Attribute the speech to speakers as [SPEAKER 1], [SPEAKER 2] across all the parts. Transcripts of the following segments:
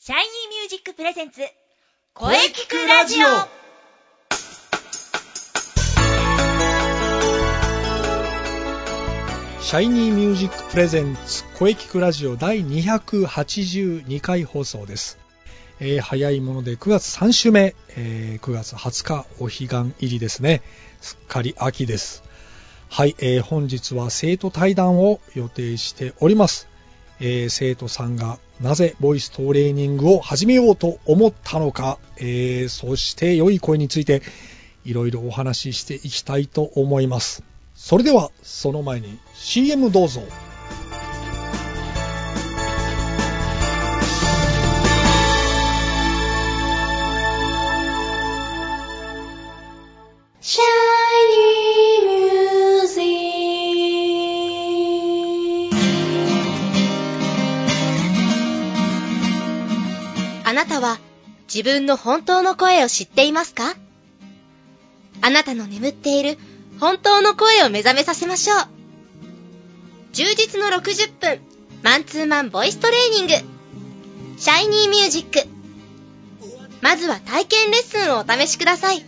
[SPEAKER 1] シャイニーミュージックプレゼンツ、
[SPEAKER 2] 声聞くラジオシャイニーミュージックプレゼンツ声聞くラジオ第282回放送です、えー早いもので9月3週目、えー9月20日お彼岸入りですねすっかり秋ですはい、えー本日は生徒対談を予定しております、えー生徒さんがなぜボイストレーニングを始めようと思ったのか、えーそして良い声についていろいろお話ししていきたいと思いますそれではその前に CM どうぞ
[SPEAKER 1] シャイニーミュージックあなたは自分の本当の声を知っていますかあなたの眠っている本当の声を目覚めさせましょう。充実の60分、マンツーマンボイストレーニング。シャイニーミュージック。まずは体験レッスンをお試しください。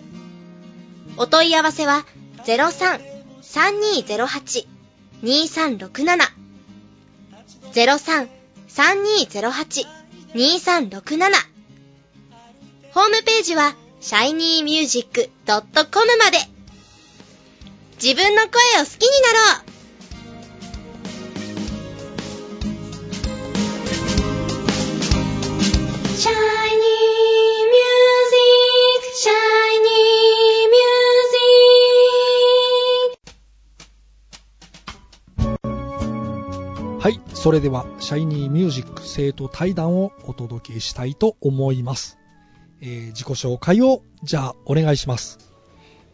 [SPEAKER 1] お問い合わせは03-3208-2367 03-3208-2367ホームページは shinymusic.com まで自分の声を好きになろうシャイニーミュージック、シャイニーミュージック。
[SPEAKER 2] はいそれではシャイニーミュージック生徒対談をお届けしたいと思います、えー自己紹介をじゃあお願いします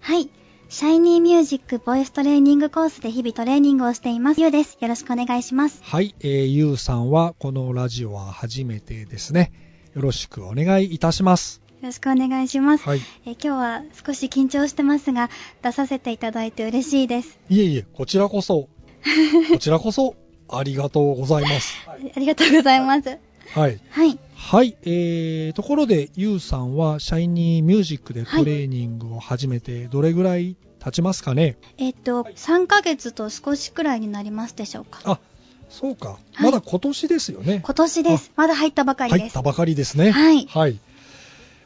[SPEAKER 3] はい。シャイニーミュージックボイストレーニングコースで日々トレーニングをしています。ゆうです。よろしくお願いします。
[SPEAKER 2] はい、えー、ゆうさんはこのラジオは初めてですねよろしくお願いいたします
[SPEAKER 3] よろしくお願いします。
[SPEAKER 2] はい
[SPEAKER 3] えー今日は少し緊張してますが、出させていただいて嬉しいです。
[SPEAKER 2] いえいえこちらこ そこちらこそありがとうございます
[SPEAKER 3] ありがとうございます。
[SPEAKER 2] はい
[SPEAKER 3] はい。
[SPEAKER 2] はい、えー、ところでゆうさんはシャイニーミュージックでトレーニングを始めてどれぐらい経ちますかね、
[SPEAKER 3] えっ、と、3ヶ月と少しくらいになりますでしょうか。
[SPEAKER 2] あ、そうか。
[SPEAKER 3] い
[SPEAKER 2] まだ今年ですよね。
[SPEAKER 3] 今年です。まだ入ったばかり
[SPEAKER 2] 入
[SPEAKER 3] で
[SPEAKER 2] っ
[SPEAKER 3] す。
[SPEAKER 2] たばかりですね。
[SPEAKER 3] はい
[SPEAKER 2] はい。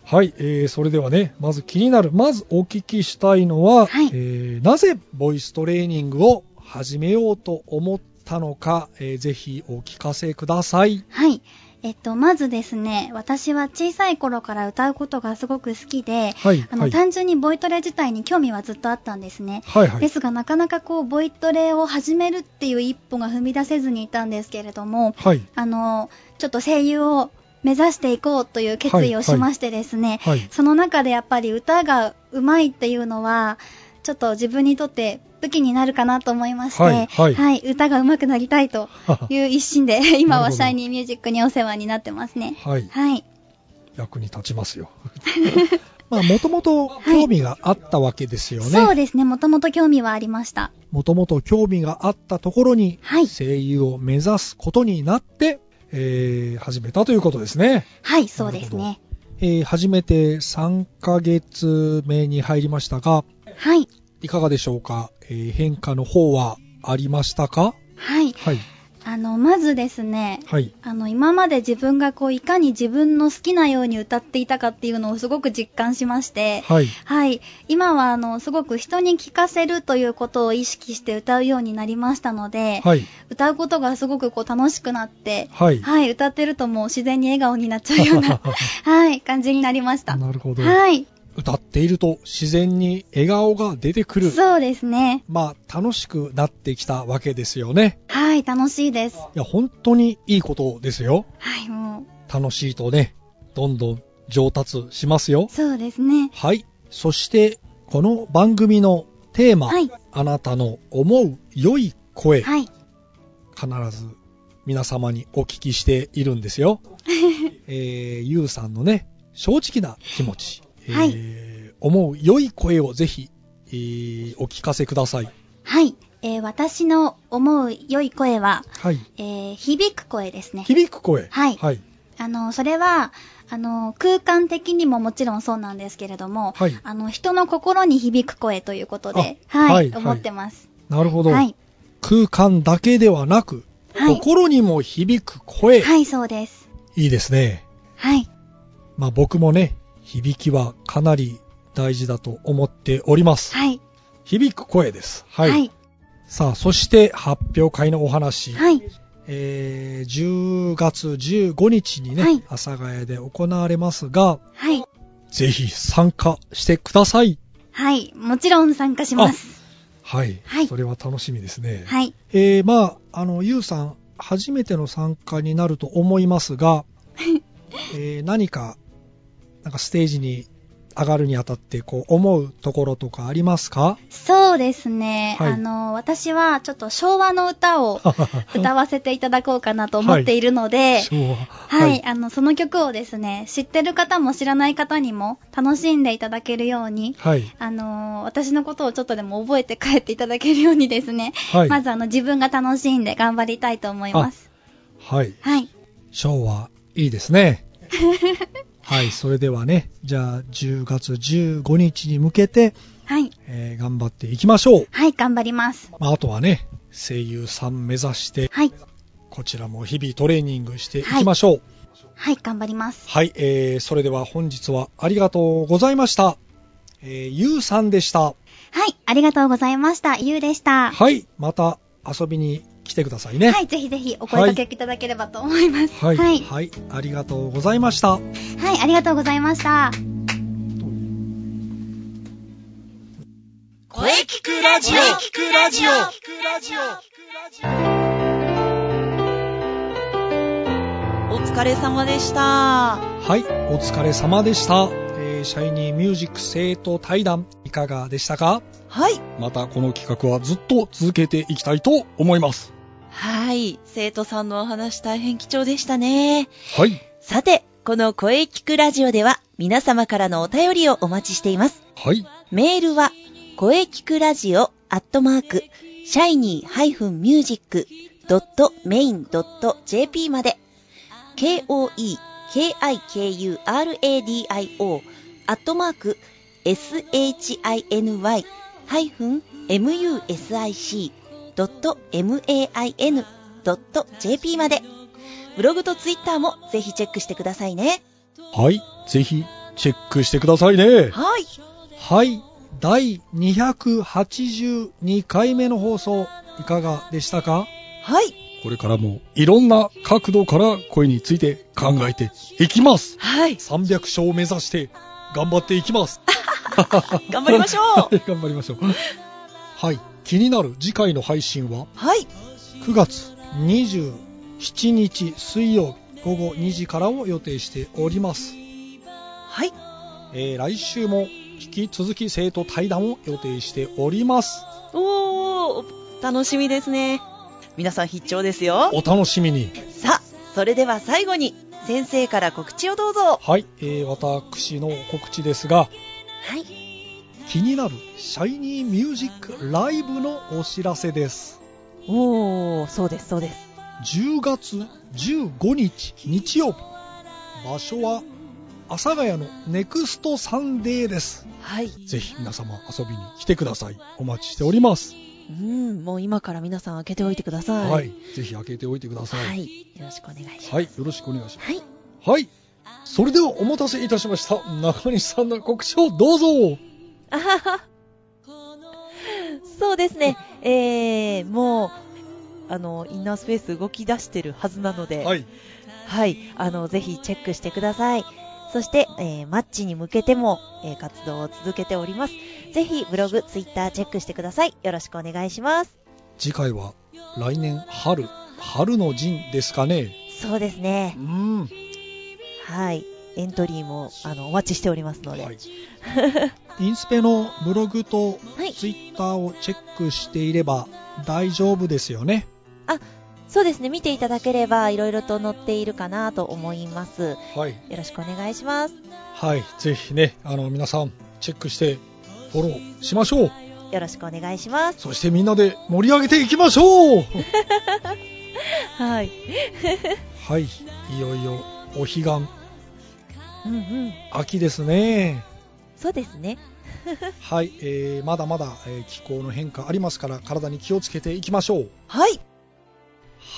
[SPEAKER 2] はいえーそれではね、まず気になる、まずお聞きしたいのは、
[SPEAKER 3] はい
[SPEAKER 2] えーなぜボイストレーニングを始めようと思ったのか、えーぜひお聞かせください。
[SPEAKER 3] はい。えっ、と、まずですね、私は小さい頃から歌うことがすごく好きで、
[SPEAKER 2] はい
[SPEAKER 3] あの、
[SPEAKER 2] はい
[SPEAKER 3] 単純にボイトレ自体に興味はずっとあったんですね。
[SPEAKER 2] はいは
[SPEAKER 3] で
[SPEAKER 2] い。
[SPEAKER 3] すがなかなかこうボイトレを始めるっていう一歩が踏み出せずにいたんですけれども
[SPEAKER 2] はい。
[SPEAKER 3] あのちょっと声優を目指していこうという決意をしましてですね、
[SPEAKER 2] はい。
[SPEAKER 3] その中でやっぱり歌がうまいっていうのはちょっと自分にとって武器になるかなと思いまして、
[SPEAKER 2] はいはい
[SPEAKER 3] 歌がうまくなりたいという一心で今
[SPEAKER 2] な
[SPEAKER 3] は
[SPEAKER 2] るほ
[SPEAKER 3] シ
[SPEAKER 2] ど
[SPEAKER 3] ャイニーミュージックにお世話になってますね。
[SPEAKER 2] はい。
[SPEAKER 3] はい、
[SPEAKER 2] 役に立ちますよ。 まあ、もともと興味があったわけですよね。
[SPEAKER 3] そうですねもともと興味はありました。
[SPEAKER 2] もともと興味があったところに
[SPEAKER 3] はい
[SPEAKER 2] 声優を目指すことになって、えー始めたということですね、
[SPEAKER 3] はいそうです
[SPEAKER 2] なる
[SPEAKER 3] ね。
[SPEAKER 2] えー始めて3ヶ月目に入りましたが
[SPEAKER 3] はい
[SPEAKER 2] いかがでしょうか、えー変化の方はありましたか
[SPEAKER 3] はい
[SPEAKER 2] はい
[SPEAKER 3] あのまずですね
[SPEAKER 2] はい
[SPEAKER 3] あの今まで自分がこういかに自分の好きなように歌っていたかっていうのをすごく実感しまして、
[SPEAKER 2] はい
[SPEAKER 3] はい、今はあのすごく人に聞かせるということを意識して歌うようになりましたので、
[SPEAKER 2] はい
[SPEAKER 3] 歌うことがすごくこう楽しくなって、
[SPEAKER 2] はい
[SPEAKER 3] はい、歌ってるともう自然に笑顔になっちゃうよ うな、はい、感じになりました。
[SPEAKER 2] なるほど
[SPEAKER 3] はい、
[SPEAKER 2] 歌っていると自然に笑顔が出てくる
[SPEAKER 3] そうですね。
[SPEAKER 2] まあ楽しくなってきたわけですよね
[SPEAKER 3] はい、楽しいです。
[SPEAKER 2] いや本当にいいことですよ
[SPEAKER 3] はい、も
[SPEAKER 2] 楽しいとね、どんどん上達しますよ
[SPEAKER 3] う、。そうですね。
[SPEAKER 2] はい。そして、この番組のテーマ、
[SPEAKER 3] はい、
[SPEAKER 2] あなたの思う良い声、
[SPEAKER 3] はい、
[SPEAKER 2] 必ず皆様にお聞きしているんです よ。えー、ゆうさんのね、正直な気持ち、えー
[SPEAKER 3] はい
[SPEAKER 2] 思う良い声をぜひ、えーお聞かせください。
[SPEAKER 3] はい、えー私の思う良い声は、
[SPEAKER 2] はい。
[SPEAKER 3] えー響く声ですね。
[SPEAKER 2] 響く声。
[SPEAKER 3] はい
[SPEAKER 2] はい。
[SPEAKER 3] あの、それは、あの、空間的にももちろんそうなんですけれども、
[SPEAKER 2] はい
[SPEAKER 3] あの、人の心に響く声ということで、
[SPEAKER 2] あ
[SPEAKER 3] はい、
[SPEAKER 2] はい
[SPEAKER 3] 思ってます。
[SPEAKER 2] なるほど、
[SPEAKER 3] はい。
[SPEAKER 2] 空間だけではなく、
[SPEAKER 3] はい。
[SPEAKER 2] 心にも響く声、
[SPEAKER 3] はい、そうです。
[SPEAKER 2] い、いですね。
[SPEAKER 3] はい。
[SPEAKER 2] まあ僕もね、響きはかなり大事だと思っております。
[SPEAKER 3] はい。
[SPEAKER 2] 響く声です。は。
[SPEAKER 3] はいい。
[SPEAKER 2] さあ、そして発表会のお話。
[SPEAKER 3] はい。
[SPEAKER 2] えー10月15日にね、
[SPEAKER 3] はい
[SPEAKER 2] 阿佐ヶ谷で行われますが、
[SPEAKER 3] はい。
[SPEAKER 2] ぜひ参加してください。
[SPEAKER 3] はい。もちろん参加します。
[SPEAKER 2] はい。
[SPEAKER 3] はい
[SPEAKER 2] それは楽しみですね。
[SPEAKER 3] はい。
[SPEAKER 2] えーまあ、あの、ゆうさん、初めての参加になると思います が、えー何か、なんかステージに上がるにあたって、こう、思うところとかありますか
[SPEAKER 3] そうですね。
[SPEAKER 2] はい
[SPEAKER 3] あの、私はちょっと昭和の歌を歌わせていただこうかなと思っているので、
[SPEAKER 2] 昭和。
[SPEAKER 3] はい、あの、その曲をですね、知ってる方も知らない方にも楽しんでいただけるように、
[SPEAKER 2] はい。
[SPEAKER 3] あのー私のことをちょっとでも覚えて帰っていただけるようにですね、
[SPEAKER 2] はい。
[SPEAKER 3] まずあの、自分が楽しんで頑張りたいと思います。
[SPEAKER 2] はい。
[SPEAKER 3] はい。
[SPEAKER 2] 昭和、いいです ね。はい。それではね、じゃあ、10月15日に向けて、
[SPEAKER 3] はい。
[SPEAKER 2] えー頑張っていきましょう。
[SPEAKER 3] はい、頑張ります。
[SPEAKER 2] まあ、あとはね、声優さん目指して、
[SPEAKER 3] はい。
[SPEAKER 2] こちらも日々トレーニングしていきましょう。
[SPEAKER 3] はい、頑張ります。
[SPEAKER 2] はい、えー、それでは本日はありがとうございました。えー、ゆうさんでした。
[SPEAKER 3] はい、ありがとうございました。ゆうでした。は
[SPEAKER 2] はい、また遊びに来てください
[SPEAKER 3] い、
[SPEAKER 2] ね。
[SPEAKER 3] ぜひぜひお声掛けいただければと思います。はい。は
[SPEAKER 2] はいい、、はいありがとうございました。
[SPEAKER 3] ありがとうございました。
[SPEAKER 4] 声聞くラジオ聞くラジオ
[SPEAKER 1] お疲れ様でした。
[SPEAKER 2] はい、お疲れ様でした。えー、シャイニーミュージック生徒対談、いかがでしたか
[SPEAKER 1] はい。
[SPEAKER 2] またこの企画はずっと続けていきたいと思います。
[SPEAKER 1] はい。生徒さんのお話大変貴重でしたね。
[SPEAKER 2] はい、
[SPEAKER 1] さて、この声聞くラジオでは皆様からのお便りをお待ちしています。
[SPEAKER 2] はい、
[SPEAKER 1] メールは、声聞くラジオアットマーク、シャイニー -music.main.jp まで、k-o-e-k-i-k-u-r-a-d-i-o アットマーク、shiny-music.main.jp まで、ブログとツイッターもぜひチェックしてくださいね。
[SPEAKER 2] はい、ぜひチェックしてくださいね。
[SPEAKER 1] はい。
[SPEAKER 2] はい、第282回目の放送、いかがでしたか
[SPEAKER 1] はい。
[SPEAKER 2] これからもいろんな角度から声について考えていきます。
[SPEAKER 1] はい。
[SPEAKER 2] 300勝を目指して頑張っていきます。
[SPEAKER 1] 頑張りま しょう。
[SPEAKER 2] 頑張りましょう。はい、気になる次回の配信は
[SPEAKER 1] はい。
[SPEAKER 2] 9月27日水曜日午後2時からを予定しております。
[SPEAKER 1] はい。
[SPEAKER 2] えー来週も引き続き生徒対談を予定しております。
[SPEAKER 1] おー、楽しみですね。皆さん必聴ですよ。
[SPEAKER 2] お楽しみに。
[SPEAKER 1] さあ、それでは最後に、先生から告知をどうぞ。
[SPEAKER 2] はい、えー私の告知ですが、
[SPEAKER 1] はい。
[SPEAKER 2] 気になるシャイニーミュージックライブのお知らせです
[SPEAKER 1] おー、そうです、そうです。
[SPEAKER 2] 10月15日日曜日場所は阿佐ヶ谷のネクストサンデーです
[SPEAKER 1] はい。
[SPEAKER 2] ぜひ皆様遊びに来てくださいお待ちしております
[SPEAKER 1] うん、もう今から皆さん開けておいてくだ
[SPEAKER 2] は
[SPEAKER 1] さい。
[SPEAKER 2] い、。ぜひ開けておいてください
[SPEAKER 1] は
[SPEAKER 2] はい、
[SPEAKER 1] い。よろしくお願いします。
[SPEAKER 2] よろしくお願いしま
[SPEAKER 1] はい。
[SPEAKER 2] すはいそれではお待たせいたしました中西さんの告知をどうぞ
[SPEAKER 1] あはは。 そうですね。えー、もう、あの、インナースペース動き出してるはずなので、
[SPEAKER 2] はい
[SPEAKER 1] はい、あの、ぜひチェックしてください。そして、えーマッチに向けても、えー活動を続けております。ぜひ、ブログ、ツイッターチェックしてください。よろしくお願いします。
[SPEAKER 2] 次回は来年春春の陣ですかね
[SPEAKER 1] そうですね。
[SPEAKER 2] ん
[SPEAKER 1] はい。エントリーも、あの、お待ちしておりますので。
[SPEAKER 2] はい、 インスペのブログと
[SPEAKER 1] はい
[SPEAKER 2] ツイッターをチェックしていれば大丈夫ですよね。
[SPEAKER 1] そうですね。見ていただければ、いろいろと載っているかなと思います。
[SPEAKER 2] はい、
[SPEAKER 1] よろしくお願いします。
[SPEAKER 2] はい、ぜひね、あの皆さんチェックしてフォローしましょう。
[SPEAKER 1] よろしくお願いします。
[SPEAKER 2] そしてみんなで盛り上げていき ましょう。
[SPEAKER 1] はい。
[SPEAKER 2] はい、いよいよお彼岸
[SPEAKER 1] うんうん。
[SPEAKER 2] 秋ですね
[SPEAKER 1] そうですね。
[SPEAKER 2] はい、えーまだまだ、えー気候の変化ありますから体に気をつけていきましょう
[SPEAKER 1] はい。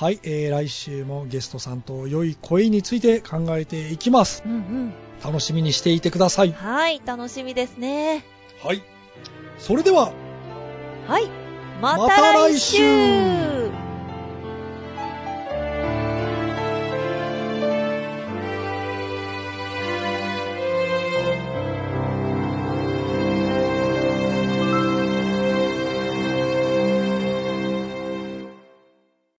[SPEAKER 2] はい、えー来週もゲストさんと良い恋について考えていきます
[SPEAKER 1] うん
[SPEAKER 2] 楽しみにしていてくださ
[SPEAKER 1] うん。
[SPEAKER 2] い
[SPEAKER 1] はい。楽しみですね。
[SPEAKER 2] はいそれでは
[SPEAKER 1] はい。ま
[SPEAKER 2] また
[SPEAKER 1] た
[SPEAKER 2] 来
[SPEAKER 1] 来
[SPEAKER 2] 週
[SPEAKER 1] 週